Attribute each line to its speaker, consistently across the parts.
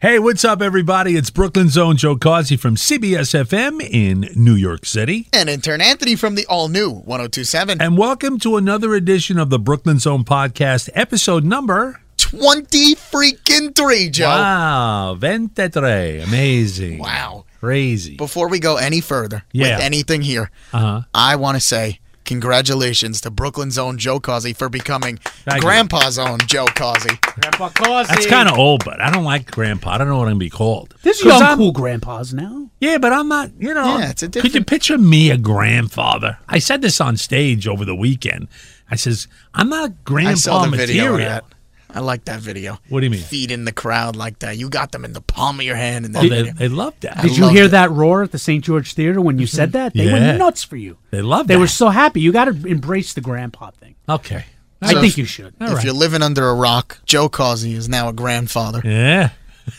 Speaker 1: Hey, what's up, everybody? It's Brooklyn's own Joe Causey from CBS FM in New York City.
Speaker 2: And intern Anthony from the oh all new 1027.
Speaker 1: And welcome to another edition of the Brooklyn Zone podcast, episode number
Speaker 2: 20 freaking three, Joe.
Speaker 1: Wow, 23. Amazing.
Speaker 2: Wow.
Speaker 1: Crazy.
Speaker 2: Before we go any further
Speaker 1: Yeah.
Speaker 2: with anything here,
Speaker 1: Uh-huh.
Speaker 2: I want to say congratulations to Brooklyn's own Joe Causey for becoming
Speaker 1: Thank you.
Speaker 2: Grandpa's own Joe Causey.
Speaker 3: Grandpa Causey.
Speaker 1: That's kind of old, but I don't like grandpa. I don't know what I'm going to be called.
Speaker 3: There's
Speaker 1: 'Cause
Speaker 3: young
Speaker 1: I'm-
Speaker 3: cool grandpas now.
Speaker 1: Yeah, but I'm not, you know.
Speaker 2: Yeah, it's a
Speaker 1: Could you
Speaker 2: different-
Speaker 1: picture me a grandfather? I said this on stage over the weekend. I says, I'm not grandpa
Speaker 2: I saw the video
Speaker 1: material.
Speaker 2: of that. I like that video.
Speaker 1: What do you mean?
Speaker 2: Feed in the crowd like that. You got them in the palm of your hand. And
Speaker 1: Oh, they, they loved that.
Speaker 3: Did
Speaker 2: I
Speaker 3: you
Speaker 2: loved
Speaker 3: hear
Speaker 2: it.
Speaker 3: that roar at the St. George Theater when you said that? They
Speaker 1: Yeah.
Speaker 3: went nuts for you.
Speaker 1: They loved
Speaker 3: They
Speaker 1: that.
Speaker 3: were so happy. You got to embrace the grandpa thing.
Speaker 1: Okay.
Speaker 3: I think you should.
Speaker 1: All
Speaker 2: if
Speaker 1: right.
Speaker 2: you're living under a rock, Joe Causey is now a grandfather.
Speaker 1: Yeah.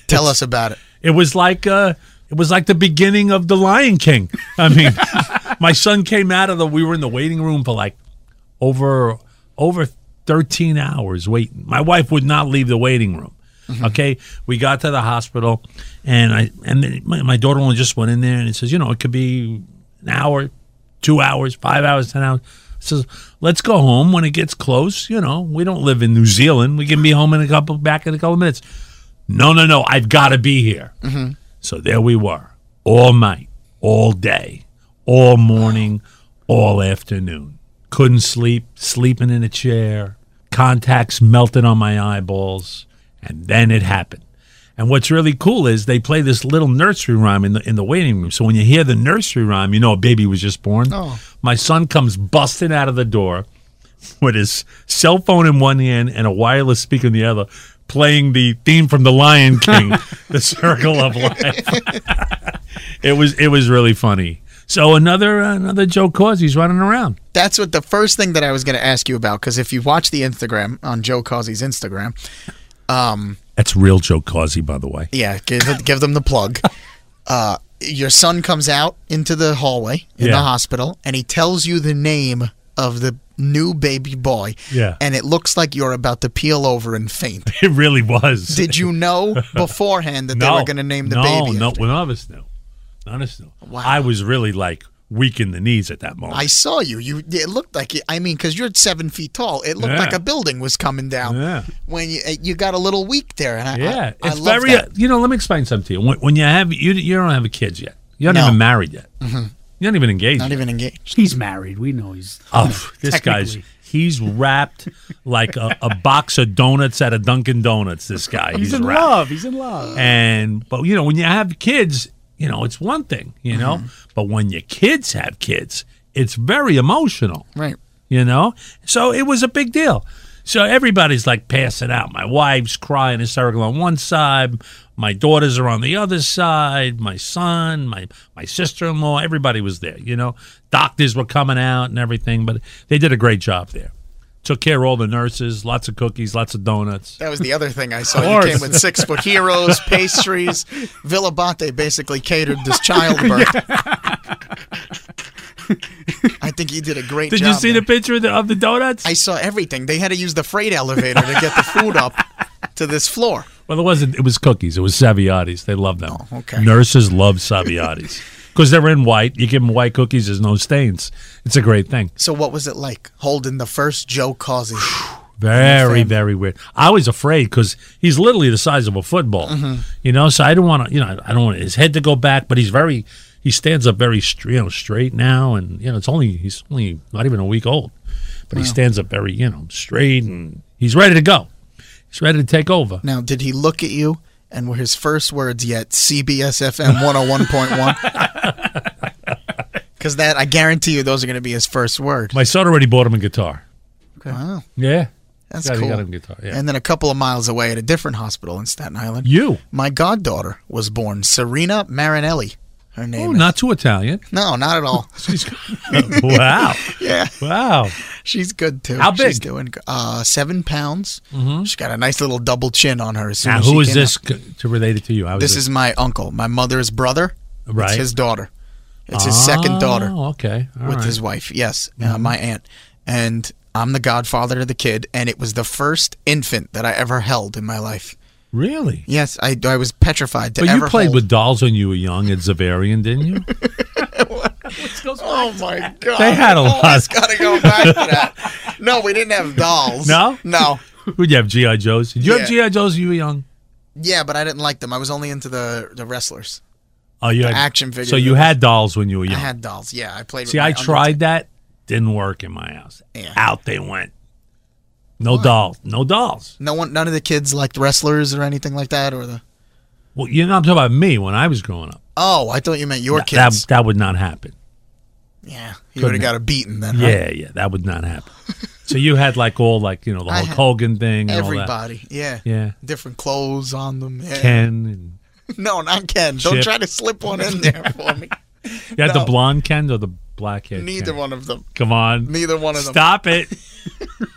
Speaker 2: Tell us about it.
Speaker 1: It was like uh it was like the beginning of The Lion King. I mean, my son came out of the we were in the waiting room for like over over 13 hours waiting. My wife would not leave the waiting room. Okay, we got to the hospital, and I and then my, my daughter-in-law just went in there and it says, you know, it could be an hour, two hours, five hours, ten hours. Says, let's go home when it gets close. You know, we don't live in New Zealand. We can be home in a couple back in a couple minutes. No, no, no, I've got to be here. So there we were, all night, all day, all morning, all afternoon. Couldn't sleep, sleeping in a chair, contacts melted on my eyeballs, and then it happened. And what's really cool is they play this little nursery rhyme in the in the waiting room. So when you hear the nursery rhyme, you know a baby was just born.
Speaker 2: Oh.
Speaker 1: My son comes busting out of the door with his cell phone in one hand and a wireless speaker in the other, playing the theme from The Lion King, The Circle of Life. it was it was really funny. So another another Joe Causey's running around.
Speaker 2: That's what the first thing that I was going to ask you about because if you watch the Instagram on Joe Causey's Instagram,
Speaker 1: That's real Joe Causey, by the way.
Speaker 2: yeah, give it- give them the plug. Uh, your son comes out into the hallway in
Speaker 1: Yeah.
Speaker 2: the hospital and he tells you the name of the new baby boy.
Speaker 1: Yeah.
Speaker 2: and it looks like you're about to peel over and faint.
Speaker 1: It really was.
Speaker 2: Did you know beforehand that they were going to name the
Speaker 1: no,
Speaker 2: baby?
Speaker 1: No,
Speaker 2: after-
Speaker 1: none of us knew. None of us knew.
Speaker 2: Wow.
Speaker 1: I was really like weak in the knees at that moment.
Speaker 2: I saw you. You it looked like it, I mean, because you're seven feet tall. It looked
Speaker 1: Yeah.
Speaker 2: like a building was coming down.
Speaker 1: Yeah.
Speaker 2: When you uh, you got a little weak there, and I
Speaker 1: yeah,
Speaker 2: I, I
Speaker 1: it's
Speaker 2: love
Speaker 1: very.
Speaker 2: that.
Speaker 1: You know, let me explain something to you. When, when you have you, you don't have kids yet. You're not
Speaker 2: No. Mm-hmm.
Speaker 1: even married yet. You're not even engaged.
Speaker 2: Not even engaged.
Speaker 3: He's married. We know he's.
Speaker 1: Oh, this guy's
Speaker 3: Technically.
Speaker 1: he's wrapped like a, a box of donuts at a Dunkin' Donuts. This guy,
Speaker 3: He's, in
Speaker 1: wrapped.
Speaker 3: love. He's in love.
Speaker 1: And but you know, when you have kids, you know it's one thing, you know.
Speaker 2: Mm-hmm.
Speaker 1: But when your kids have kids, it's very emotional,
Speaker 2: Right.
Speaker 1: you know. So it was a big deal. So everybody's like passing out. My wife's crying hysterical on one side. My daughters are on the other side. My son, my my sister in law, everybody was there. You know, doctors were coming out and everything. But they did a great job there. Took care of all the nurses. Lots of cookies. Lots of donuts.
Speaker 2: That was the other thing I saw. You came with six foot heroes, pastries. Villabate basically catered this childbirth. I think you did a great
Speaker 1: Did
Speaker 2: job.
Speaker 1: you see
Speaker 2: there.
Speaker 1: the picture of the, of the donuts?
Speaker 2: I saw everything. They had to use the freight elevator to get the food up to this floor.
Speaker 1: Well, it wasn't. It was cookies. It was Saviotti's. They love them.
Speaker 2: Oh, okay.
Speaker 1: Nurses love Saviotti's because they're in white. You give them white cookies. There's no stains. It's a great thing.
Speaker 2: So what was it like holding the first Joe Causey?
Speaker 1: Very, very weird. I was afraid because he's literally the size of a football.
Speaker 2: Mm-hmm.
Speaker 1: You know, so I didn't want to. You know, I don't want his head to go back. But he's very. He stands up very str- you know, straight now, and you know it's only he's only not even a week old, but he stands up very you know straight and he's ready to go. He's ready to take over.
Speaker 2: Now, did he look at you and were his first words yet CBS FM 101.1? Because that, I guarantee you, those are going to be his first words.
Speaker 1: My son already bought him a guitar.
Speaker 2: Wow.
Speaker 1: Yeah.
Speaker 2: That's
Speaker 1: Yeah, they
Speaker 2: cool.
Speaker 1: got him guitar, yeah.
Speaker 2: And then a couple of miles away at a different hospital in Staten Island,
Speaker 1: You.
Speaker 2: my goddaughter was born Serena Marinelli. Her name.
Speaker 1: Oh,
Speaker 2: is.
Speaker 1: not too Italian.
Speaker 2: no, not at all.
Speaker 1: wow.
Speaker 2: yeah,
Speaker 1: Wow.
Speaker 2: she's good too.
Speaker 1: How
Speaker 2: She's
Speaker 1: big? Mm-hmm.
Speaker 2: doing gr- uh, seven pounds. She's got a nice little double chin on her. As soon
Speaker 1: Now,
Speaker 2: as
Speaker 1: who
Speaker 2: she
Speaker 1: is
Speaker 2: came out.
Speaker 1: this c to relate it to you? I was
Speaker 2: This is my uncle, my mother's brother.
Speaker 1: Right.
Speaker 2: It's his daughter. It's his second daughter.
Speaker 1: Oh, okay. All
Speaker 2: with
Speaker 1: right.
Speaker 2: his wife. Yes, uh,
Speaker 1: Mm-hmm.
Speaker 2: my aunt, and I'm the godfather to the kid, and it was the first infant that I ever held in my life.
Speaker 1: really?
Speaker 2: Yes, I I was petrified to
Speaker 1: But
Speaker 2: ever.
Speaker 1: you played
Speaker 2: hold-
Speaker 1: with dolls when you were young at Zavarian, didn't you?
Speaker 2: Oh my god!
Speaker 1: They had a lot.
Speaker 2: Always Oh, gotta go back to that. No, we didn't have dolls.
Speaker 1: No?
Speaker 2: No.
Speaker 1: Would you have GI Joes? Did you have
Speaker 2: Yeah.
Speaker 1: GI Joes when you were young?
Speaker 2: Yeah, but I didn't like them. I was only into the the wrestlers.
Speaker 1: Oh, you had
Speaker 2: action figures
Speaker 1: So you
Speaker 2: that-
Speaker 1: had dolls when you were young.
Speaker 2: I had dolls. Yeah, I played.
Speaker 1: See,
Speaker 2: with my
Speaker 1: I
Speaker 2: uncle.
Speaker 1: tried that. Didn't work in my house.
Speaker 2: Yeah.
Speaker 1: Out they went. No dolls. No dolls.
Speaker 2: No one, none of the kids liked wrestlers or anything like that, or the.
Speaker 1: Well, you know, I'm talking about me when I was growing up.
Speaker 2: Oh, I thought you meant your
Speaker 1: That
Speaker 2: kids.
Speaker 1: that would not happen.
Speaker 2: yeah, you would have
Speaker 1: couldn't-
Speaker 2: got a beaten then. right?
Speaker 1: Yeah, yeah, that would not happen. so you had like all like you know the
Speaker 2: I
Speaker 1: Hulk
Speaker 2: had
Speaker 1: Hogan thing and all
Speaker 2: Everybody, yeah,
Speaker 1: Yeah.
Speaker 2: different clothes on them. Yeah.
Speaker 1: that. Ken and
Speaker 2: No, not Ken. Don't
Speaker 1: Chip.
Speaker 2: try to slip one in there for me.
Speaker 1: you had the
Speaker 2: No.
Speaker 1: blonde Ken or the black hair.
Speaker 2: Neither
Speaker 1: Ken?
Speaker 2: one of them.
Speaker 1: Come on.
Speaker 2: Neither one of them.
Speaker 1: Stop it.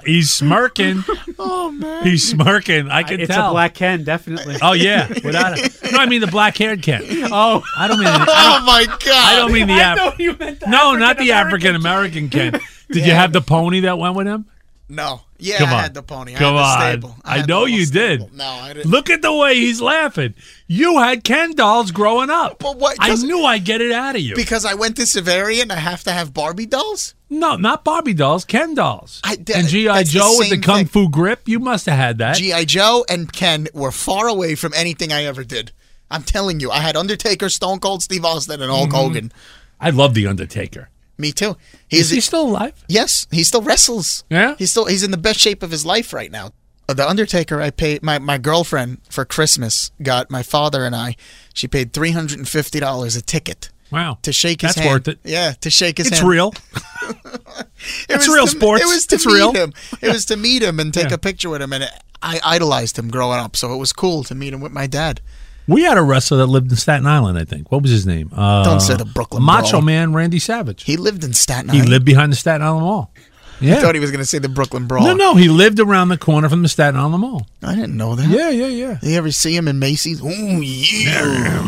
Speaker 1: He's smirking.
Speaker 2: Oh man.
Speaker 1: He's smirking. I can
Speaker 3: it's
Speaker 1: tell.
Speaker 3: a black Ken, definitely.
Speaker 1: Oh yeah, without a, no, I mean the black haired Ken.
Speaker 3: oh,
Speaker 1: I don't mean. I don't,
Speaker 2: Oh my god.
Speaker 1: I don't mean the
Speaker 3: I
Speaker 1: Af-
Speaker 3: know you meant that.
Speaker 1: No, not the African American Ken. Did you have the pony that went with him?
Speaker 2: No. Yeah,
Speaker 1: Come
Speaker 2: I
Speaker 1: on.
Speaker 2: had the pony.
Speaker 1: Come
Speaker 2: I
Speaker 1: on.
Speaker 2: had the staple.
Speaker 1: I
Speaker 2: had
Speaker 1: know
Speaker 2: the little
Speaker 1: you did.
Speaker 2: staple. No, I didn't.
Speaker 1: Look at the way he's laughing. You had Ken dolls growing up.
Speaker 2: But what-
Speaker 1: I
Speaker 2: 'cause-
Speaker 1: knew I'd get it out of you.
Speaker 2: because I went to Severian, I have to have Barbie dolls.
Speaker 1: no, not Barbie dolls, Ken dolls.
Speaker 2: I- that-
Speaker 1: and G.I.
Speaker 2: that's the
Speaker 1: Joe with the
Speaker 2: same
Speaker 1: kung
Speaker 2: thing.
Speaker 1: fu grip. You must have had that.
Speaker 2: GI Joe and Ken were far away from anything I ever did. I'm telling you, I had Undertaker, Stone Cold Steve Austin, and
Speaker 1: Mm-hmm.
Speaker 2: Hulk Hogan.
Speaker 1: I love The Undertaker.
Speaker 2: Me too.
Speaker 1: Is
Speaker 2: He's
Speaker 1: he still alive?
Speaker 2: Yes, he still wrestles.
Speaker 1: Yeah?
Speaker 2: he's still he's in the best shape of his life right now. Uh, The Undertaker, I paid my my girlfriend for Christmas got my father and I. She paid three hundred and fifty dollars a ticket
Speaker 1: Wow.
Speaker 2: to shake his
Speaker 1: That's worth
Speaker 2: hand.
Speaker 1: it.
Speaker 2: Yeah, to shake his
Speaker 1: It's
Speaker 2: hand.
Speaker 1: real.
Speaker 2: It
Speaker 1: it's
Speaker 2: was
Speaker 1: real
Speaker 2: to-
Speaker 1: sports.
Speaker 2: It was to
Speaker 1: It's
Speaker 2: meet
Speaker 1: real.
Speaker 2: him. It was to meet him and take
Speaker 1: Yeah.
Speaker 2: a picture with him. And I idolized him growing up, so it was cool to meet him with my dad.
Speaker 1: We had a wrestler that lived in Staten Island, I think. What was his name? Uh,
Speaker 2: Don't say the Brooklyn
Speaker 1: Macho
Speaker 2: Brawler.
Speaker 1: Man Randy Savage.
Speaker 2: He lived in Staten
Speaker 1: He
Speaker 2: Island.
Speaker 1: lived behind the Staten Island Mall. Yeah.
Speaker 2: I thought he was going to say the Brooklyn Brawl.
Speaker 1: No, no, he lived around the corner from the Staten Island Mall.
Speaker 2: I didn't know that.
Speaker 1: Yeah, yeah, yeah.
Speaker 2: You ever see him in Macy's? Ooh, yeah.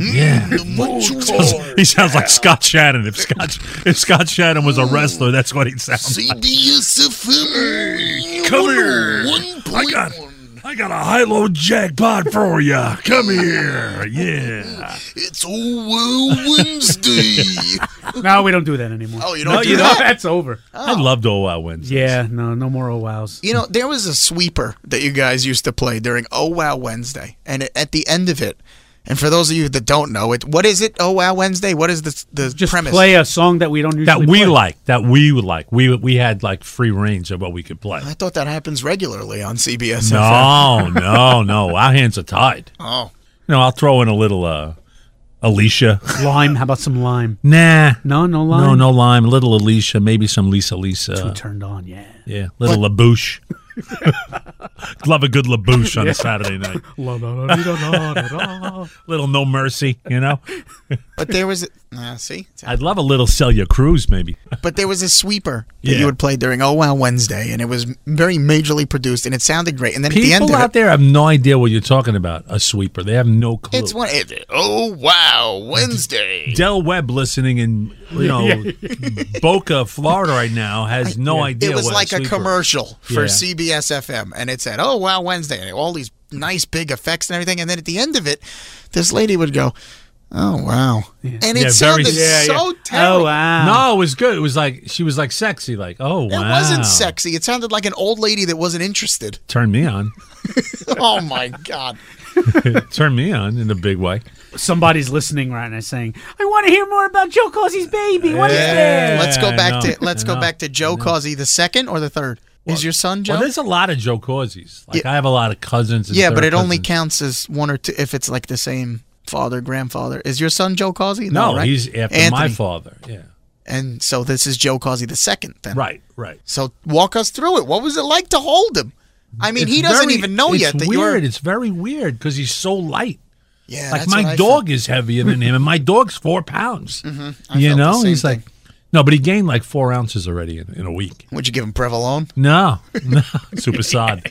Speaker 1: Yeah.
Speaker 2: The Motor.
Speaker 1: He sounds like Scott Shannon. If Scott if Scott Shannon was a wrestler, that's what he'd sound like.
Speaker 2: CBSFM.
Speaker 1: Come here. I got I got a high low jackpot for you. Come here. Yeah.
Speaker 2: It's all Wednesday.
Speaker 3: No, we don't do that anymore.
Speaker 2: oh, you don't do
Speaker 1: you
Speaker 2: that?
Speaker 3: That's over.
Speaker 1: I loved Oh Wow Wednesday.
Speaker 3: Yeah, no, no more oh wows.
Speaker 2: You know, there was a sweeper that you guys used to play during Oh Wow Wednesday, and it, at the end of it, and for those of you that don't know it, what is it? Oh Wow Wednesday. What is the the
Speaker 3: Just
Speaker 2: premise?
Speaker 3: play a song that we don't usually
Speaker 1: That we
Speaker 3: play.
Speaker 1: like. That we would like. We we had like free range of what we could play.
Speaker 2: I thought that happens regularly on CBS.
Speaker 1: No, no, no. Our hands are tied.
Speaker 2: Oh,
Speaker 1: You know, I'll throw in a little uh Alicia.
Speaker 3: Lime. How about some lime?
Speaker 1: Nah.
Speaker 3: No, no lime.
Speaker 1: No, uh, no lime. Little Alicia, maybe some Lisa Lisa.
Speaker 3: Turned on. Yeah.
Speaker 1: Yeah, little labouche. Love a good labouche on a Saturday night.
Speaker 3: La, la, la, la, la, la, la.
Speaker 1: Little no mercy, you know.
Speaker 2: but there was. Uh, see,
Speaker 1: I'd love a little Celia Cruz, maybe.
Speaker 2: But there was a sweeper that
Speaker 1: Yeah.
Speaker 2: you would play during Oh Wow Wednesday, and it was very majorly produced, and it sounded great. And then at the end
Speaker 1: People
Speaker 2: of
Speaker 1: out
Speaker 2: it,
Speaker 1: there have no idea what you're talking about. A sweeper, they have no clue.
Speaker 2: it's one. It, oh Wow Wednesday.
Speaker 1: Del Webb listening in, you know, Boca, Florida right now has no idea.
Speaker 2: It was
Speaker 1: what
Speaker 2: like a
Speaker 1: sweeper is.
Speaker 2: commercial for
Speaker 1: Yeah.
Speaker 2: CBS FM, and it said, "Oh Wow Wednesday," and all these nice big effects and everything. And then at the end of it, this lady would go, "Oh wow," and it
Speaker 1: Yeah, very-
Speaker 2: sounded
Speaker 1: yeah,
Speaker 2: so
Speaker 3: Oh
Speaker 2: terrible.
Speaker 3: wow.
Speaker 1: No, it was good. It was like she was like sexy, like oh
Speaker 2: It
Speaker 1: wow.
Speaker 2: wasn't sexy. It sounded like an old lady that wasn't interested.
Speaker 1: Turn me on.
Speaker 2: oh my god!
Speaker 1: Turn me on in a big way.
Speaker 3: Somebody's listening right now saying, "I want to hear more about Joe Causey's baby. What is
Speaker 1: Yeah.
Speaker 3: this?"
Speaker 2: let's go
Speaker 1: I
Speaker 2: back
Speaker 1: know,
Speaker 2: to let's
Speaker 1: I
Speaker 2: go
Speaker 1: know,
Speaker 2: back to Joe Causey the second or the third. Is your son Joe?
Speaker 1: Well, there's a lot of Joe Causeys. Like I have a lot of cousins. And
Speaker 2: yeah, but
Speaker 1: third
Speaker 2: it only
Speaker 1: cousins.
Speaker 2: counts as one or two if it's like the same father grandfather. Is your son Joe Causey?
Speaker 1: No,
Speaker 2: right?
Speaker 1: he's after my
Speaker 2: Anthony.
Speaker 1: father. Yeah.
Speaker 2: And so this is Joe Causey the second then.
Speaker 1: Right, right.
Speaker 2: So walk us through it. What was it like to hold him? I mean,
Speaker 1: It's
Speaker 2: he doesn't
Speaker 1: very-
Speaker 2: even know
Speaker 1: it's
Speaker 2: yet that
Speaker 1: weird.
Speaker 2: you're.
Speaker 1: It's very weird because he's so light.
Speaker 2: Yeah,
Speaker 1: like
Speaker 2: that's what
Speaker 1: my
Speaker 2: I
Speaker 1: dog is heavier than him, and my dog's four pounds. You
Speaker 2: Mm-hmm. felt the
Speaker 1: know,
Speaker 2: same
Speaker 1: he's like, no, but he gained like four ounces already in, in a week.
Speaker 2: felt. Would you give him Prevalon?
Speaker 1: No, no, super sod,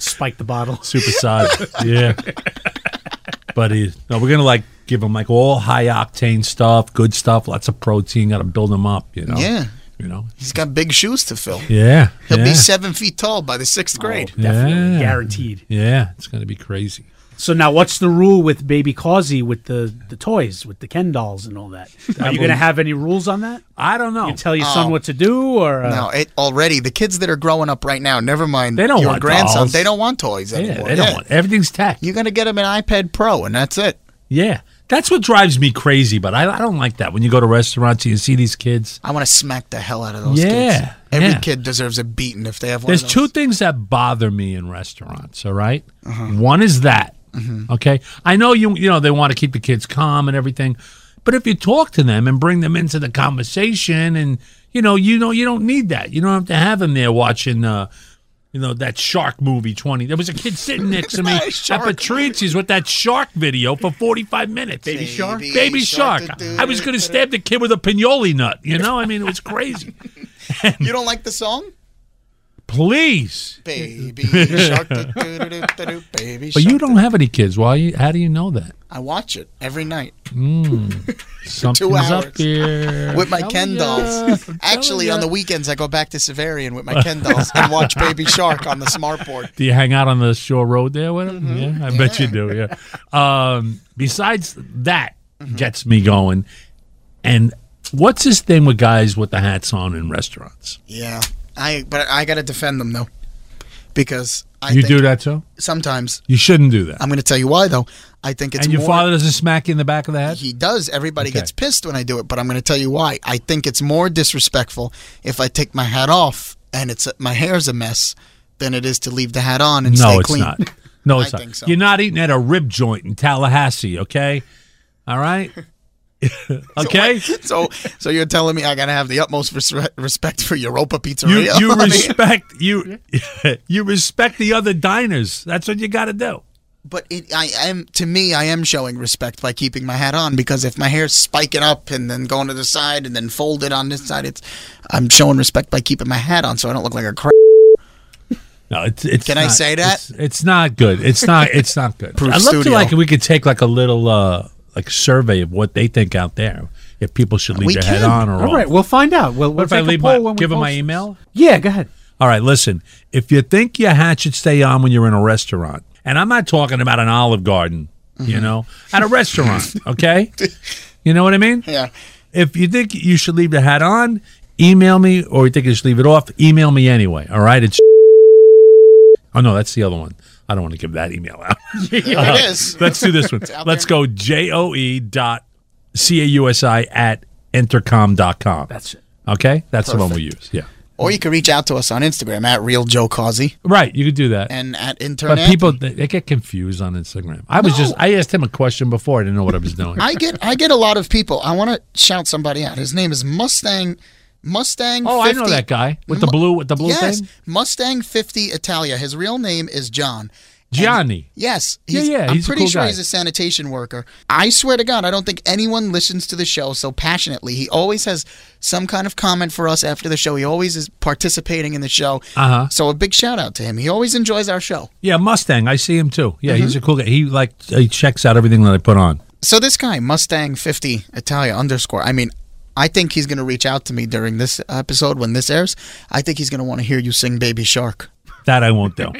Speaker 3: Spike the bottle.
Speaker 1: super sod, yeah. But he, no, we're gonna like give him like all high octane stuff, good stuff, lots of protein. Got to build him up, you know.
Speaker 2: Yeah.
Speaker 1: you know.
Speaker 2: He's got big shoes to fill.
Speaker 1: Yeah,
Speaker 2: He'll
Speaker 1: yeah, Oh,
Speaker 2: be seven feet tall by the sixth grade.
Speaker 3: Oh, Definitely
Speaker 1: Yeah.
Speaker 3: guaranteed.
Speaker 1: yeah. It's gonna be crazy.
Speaker 3: So now, what's the rule with Baby Causey with the the toys, with the Ken dolls and all that? Are you going to have any rules on that?
Speaker 1: I don't know.
Speaker 3: You tell your
Speaker 1: oh.
Speaker 3: son what to do, or uh,
Speaker 2: Now, it, already the kids that are growing up right now, never mind
Speaker 1: They don't
Speaker 2: your
Speaker 1: want
Speaker 2: grandson,
Speaker 1: dolls.
Speaker 2: they don't want toys
Speaker 1: yeah,
Speaker 2: anymore.
Speaker 1: they don't
Speaker 2: Yeah.
Speaker 1: want everything's tech.
Speaker 2: You're gonna get him an iPad Pro, and that's it.
Speaker 1: Yeah, that's what drives me crazy. But I, I don't like that when you go to restaurants and you see these kids.
Speaker 2: I want to smack the hell out of those kids.
Speaker 1: Yeah,
Speaker 2: Every
Speaker 1: yeah.
Speaker 2: kid deserves a beating if they have one.
Speaker 1: There's
Speaker 2: of
Speaker 1: two
Speaker 2: those.
Speaker 1: things that bother me in restaurants. All right?
Speaker 2: Uh-huh.
Speaker 1: one is that.
Speaker 2: Mm-hmm.
Speaker 1: Okay, I know you. You know they want to keep the kids calm and everything, but if you talk to them and bring them into the conversation, and you know, you know, you don't need that. You don't have to have them there watching. Uh, you know that shark movie twenty. There was a kid sitting next to me at
Speaker 2: Shark
Speaker 1: Patrici's with that shark video for forty five minutes. Baby
Speaker 2: shark?
Speaker 1: baby shark. I was going to stab the kid with a pinoli nut. You know, I mean, it was crazy.
Speaker 2: You don't like the song?
Speaker 1: Please,
Speaker 2: Baby shark, do-do-do-do-do, baby
Speaker 1: But
Speaker 2: shark.
Speaker 1: you don't have any kids. Why? You, how do you know that?
Speaker 2: I watch it every night
Speaker 1: Something's
Speaker 2: hours.
Speaker 1: up here.
Speaker 2: with my
Speaker 1: I'm
Speaker 2: Ken
Speaker 1: telling ya,
Speaker 2: dolls.
Speaker 1: I'm
Speaker 2: Actually,
Speaker 1: telling
Speaker 2: on
Speaker 1: ya.
Speaker 2: the weekends I go back to Severian with my Ken dolls and watch Baby Shark on the smartboard.
Speaker 1: Do you hang out on the shore road there with them?
Speaker 2: Mm-hmm.
Speaker 1: Yeah, I bet you do. Yeah. Um, besides that,
Speaker 2: Mm-hmm.
Speaker 1: gets me going. And what's this thing with guys with the hats on in restaurants?
Speaker 2: Yeah, I but I gotta defend them though, because I
Speaker 1: you
Speaker 2: think
Speaker 1: do that too.
Speaker 2: sometimes.
Speaker 1: You shouldn't do that.
Speaker 2: I'm gonna tell you why though. I think it's
Speaker 1: and your
Speaker 2: more,
Speaker 1: father doesn't smack you in the back of the head.
Speaker 2: He does. Everybody
Speaker 1: Okay.
Speaker 2: gets pissed when I do it, but I'm going to tell you why. I think it's more disrespectful if I take my hat off and it's my hair's a mess than it is to leave the hat on and
Speaker 1: no,
Speaker 2: stay
Speaker 1: it's
Speaker 2: clean.
Speaker 1: not. No, it's
Speaker 2: I
Speaker 1: not.
Speaker 2: think so.
Speaker 1: You're not eating at a rib joint in Tallahassee. Okay. All right. okay.
Speaker 2: So, so you're telling me I got to have the utmost res- respect for Europa
Speaker 1: you
Speaker 2: Pizzeria?
Speaker 1: you
Speaker 2: I mean,
Speaker 1: respect you you respect the other diners. That's what you got to do.
Speaker 2: but it, I am to me, I am showing respect by keeping my hat on because if my hair's spiking up and then going to the side and then folded on this side, it's I'm showing respect by keeping my hat on so I don't look like a crap.
Speaker 1: No, it's it's.
Speaker 2: Can I
Speaker 1: not-
Speaker 2: say that?
Speaker 1: It's, it's not good. It's not. It's not good.
Speaker 2: Proof
Speaker 1: I'd love to
Speaker 2: studio.
Speaker 1: like if we could take like a little uh like survey of what they think out there if people should leave
Speaker 2: We
Speaker 1: their head
Speaker 2: can.
Speaker 1: on or
Speaker 3: all
Speaker 1: off.
Speaker 3: right, we'll find out. We'll,
Speaker 1: what
Speaker 3: we'll
Speaker 1: if I
Speaker 3: take a
Speaker 1: leave
Speaker 3: poll
Speaker 1: my
Speaker 3: when we
Speaker 1: give them my
Speaker 3: post this.
Speaker 1: email?
Speaker 3: Yeah, go ahead.
Speaker 1: All right, listen. If you think your hat should stay on when you're in a restaurant, and I'm not talking about an Olive Garden, you
Speaker 2: Mm-hmm.
Speaker 1: know, at a restaurant, okay? You know what I mean?
Speaker 2: Yeah.
Speaker 1: If you think you should leave the hat on, email me, or you think you should leave it off, email me anyway. All right? It's. Oh no, that's the other one. I don't want to give that email out. Uh,
Speaker 2: There it is.
Speaker 1: Let's do this one. Let's go J O E dot C A U S I at intercom.com.
Speaker 3: That's it.
Speaker 1: Okay? That's the one we use. Yeah.
Speaker 2: Or you can reach out to us on Instagram at Real Joe Causey
Speaker 1: Right. You could do that.
Speaker 2: and at Internet.
Speaker 1: But people they, they get confused on Instagram. I was just I asked him a question before. I didn't know what I was doing.
Speaker 2: I get I get a lot of people. I want to shout somebody out. His name is Mustang Mustang.
Speaker 1: oh, I know
Speaker 2: 50
Speaker 1: that guy with the
Speaker 2: Mu-
Speaker 1: blue with the blue
Speaker 2: yes,
Speaker 1: thing.
Speaker 2: Mustang Fifty Italia. His real name is John.
Speaker 1: Gianni.
Speaker 2: Yes,
Speaker 1: Yeah,
Speaker 2: he's,
Speaker 1: yeah,
Speaker 2: I'm
Speaker 1: he's a
Speaker 2: pretty
Speaker 1: cool
Speaker 2: sure
Speaker 1: guy.
Speaker 2: he's a sanitation worker. I swear to God, I don't think anyone listens to the show so passionately. He always has some kind of comment for us after the show. He always is participating in the show.
Speaker 1: Uh-huh.
Speaker 2: So a big shout out to him. He always enjoys our show.
Speaker 1: Yeah, Mustang. I see him too. Yeah, he's a cool guy. He like he checks out everything that I put on.
Speaker 2: So this guy Mustang Fifty Italia underscore. I mean, I think he's gonna reach out to me during this episode when this airs. I think he's gonna want to hear you sing Baby Shark.
Speaker 1: That I won't do.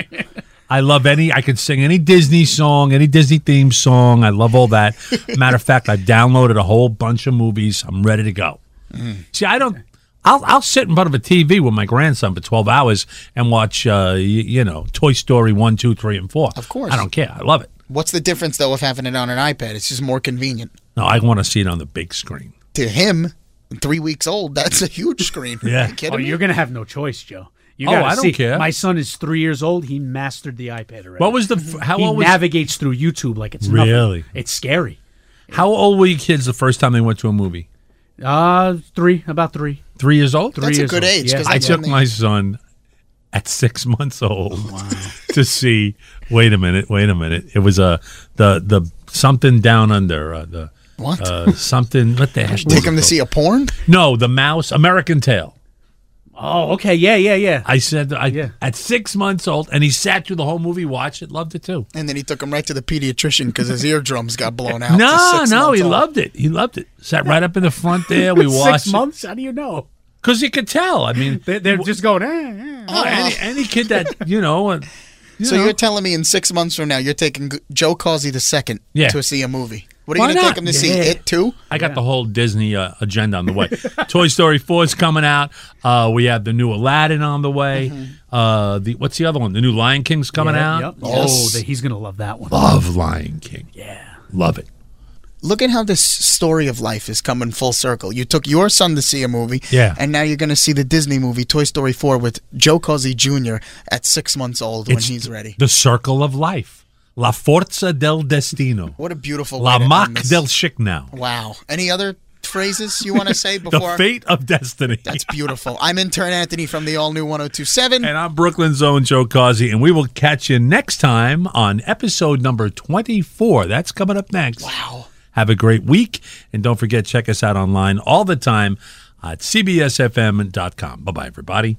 Speaker 1: I love any. I can sing any Disney song, any Disney theme song. I love all that. Matter of fact, I've downloaded a whole bunch of movies. I'm ready to go. See, I don't. I'll I'll sit in front of a TV with my grandson for 12 hours and watch, uh, y- you know, Toy Story one, two, three, and 4.
Speaker 2: Of course.
Speaker 1: I don't care. I love it.
Speaker 2: What's the difference though of having it on an iPad? It's just more convenient
Speaker 1: No, I want to see it on the big screen.
Speaker 2: to him. Three weeks old. That's a huge screen. Are
Speaker 1: Yeah.
Speaker 2: you kidding
Speaker 3: Oh,
Speaker 2: me?
Speaker 3: you're gonna have no choice, Joe. You
Speaker 1: Oh,
Speaker 3: gotta
Speaker 1: I don't
Speaker 3: see.
Speaker 1: care.
Speaker 3: My son is three years old. He mastered the iPad already.
Speaker 1: What was the f- how
Speaker 3: he
Speaker 1: old was
Speaker 3: navigates through YouTube like it's
Speaker 1: Really?
Speaker 3: nothing. It's scary.
Speaker 1: how old were your kids the first time they went to a movie?
Speaker 3: Uh, three, about three.
Speaker 1: Three years old.
Speaker 3: Three
Speaker 2: That's a
Speaker 3: years
Speaker 2: good
Speaker 3: old,
Speaker 2: age.
Speaker 3: yeah.
Speaker 2: 'cause
Speaker 3: I
Speaker 1: I
Speaker 2: that's
Speaker 1: took
Speaker 2: when they-
Speaker 1: my son at six months old
Speaker 2: Oh,
Speaker 1: to see. Wait a minute! Wait a minute! It was uh, the the something down under uh, the
Speaker 2: What?
Speaker 1: uh, something. What the heck?
Speaker 2: Take him to see a porn?
Speaker 1: No, the mouse American Tail.
Speaker 3: Oh, okay. Yeah, yeah, yeah.
Speaker 1: I said I,
Speaker 3: Yeah.
Speaker 1: at six months old, and he sat through the whole movie, watched it, loved it too.
Speaker 2: And then he took him right to the pediatrician because his eardrums got blown out. to
Speaker 1: no,
Speaker 2: six
Speaker 1: no,
Speaker 2: months
Speaker 1: he
Speaker 2: old.
Speaker 1: loved it. He loved it. Sat right up in the front there. We watched
Speaker 3: Six months? How do you know?
Speaker 1: because you could tell. I mean,
Speaker 3: They, they're just going. Eh, eh.
Speaker 1: oh, any, any kid that you know. uh, and- you
Speaker 2: So
Speaker 1: know.
Speaker 2: you're telling me in six months from now you're taking G- Joe Causey the second
Speaker 1: Yeah.
Speaker 2: to see a movie? What are
Speaker 1: Why
Speaker 2: you going to
Speaker 1: not?
Speaker 2: take him to see?
Speaker 3: Yeah.
Speaker 2: It too?
Speaker 1: I got the whole Disney uh, agenda on the way. Toy Story Four is coming out. Uh, we have the new Aladdin on the way.
Speaker 2: Mm-hmm.
Speaker 1: Uh, the what's the other one? The new Lion King's coming
Speaker 3: Yeah,
Speaker 1: out.
Speaker 3: yep. Oh,
Speaker 2: Yes.
Speaker 3: the, he's gonna love that one.
Speaker 1: Love Lion King.
Speaker 3: Yeah.
Speaker 1: Love it.
Speaker 2: Look at how this story of life is coming full circle. You took your son to see a movie,
Speaker 1: Yeah.
Speaker 2: and now you're going to see the Disney movie Toy Story 4 with Joe Causey Jr. at six months old when
Speaker 1: It's
Speaker 2: he's ready.
Speaker 1: The circle of life. La forza del destino.
Speaker 2: What a beautiful
Speaker 1: La
Speaker 2: way to end
Speaker 1: Mach
Speaker 2: this.
Speaker 1: del Chicknow.
Speaker 2: Wow. Any other phrases you want to say
Speaker 1: The
Speaker 2: before?
Speaker 1: fate of destiny.
Speaker 2: That's beautiful. I'm intern Anthony from the all new 1027.
Speaker 1: And I'm Brooklyn's own Joe Causey, and we will catch you next time on episode number 24. That's coming up next. Wow. Have a great week, and don't forget, check us out online all the time at cbsfm.com. Bye bye, everybody.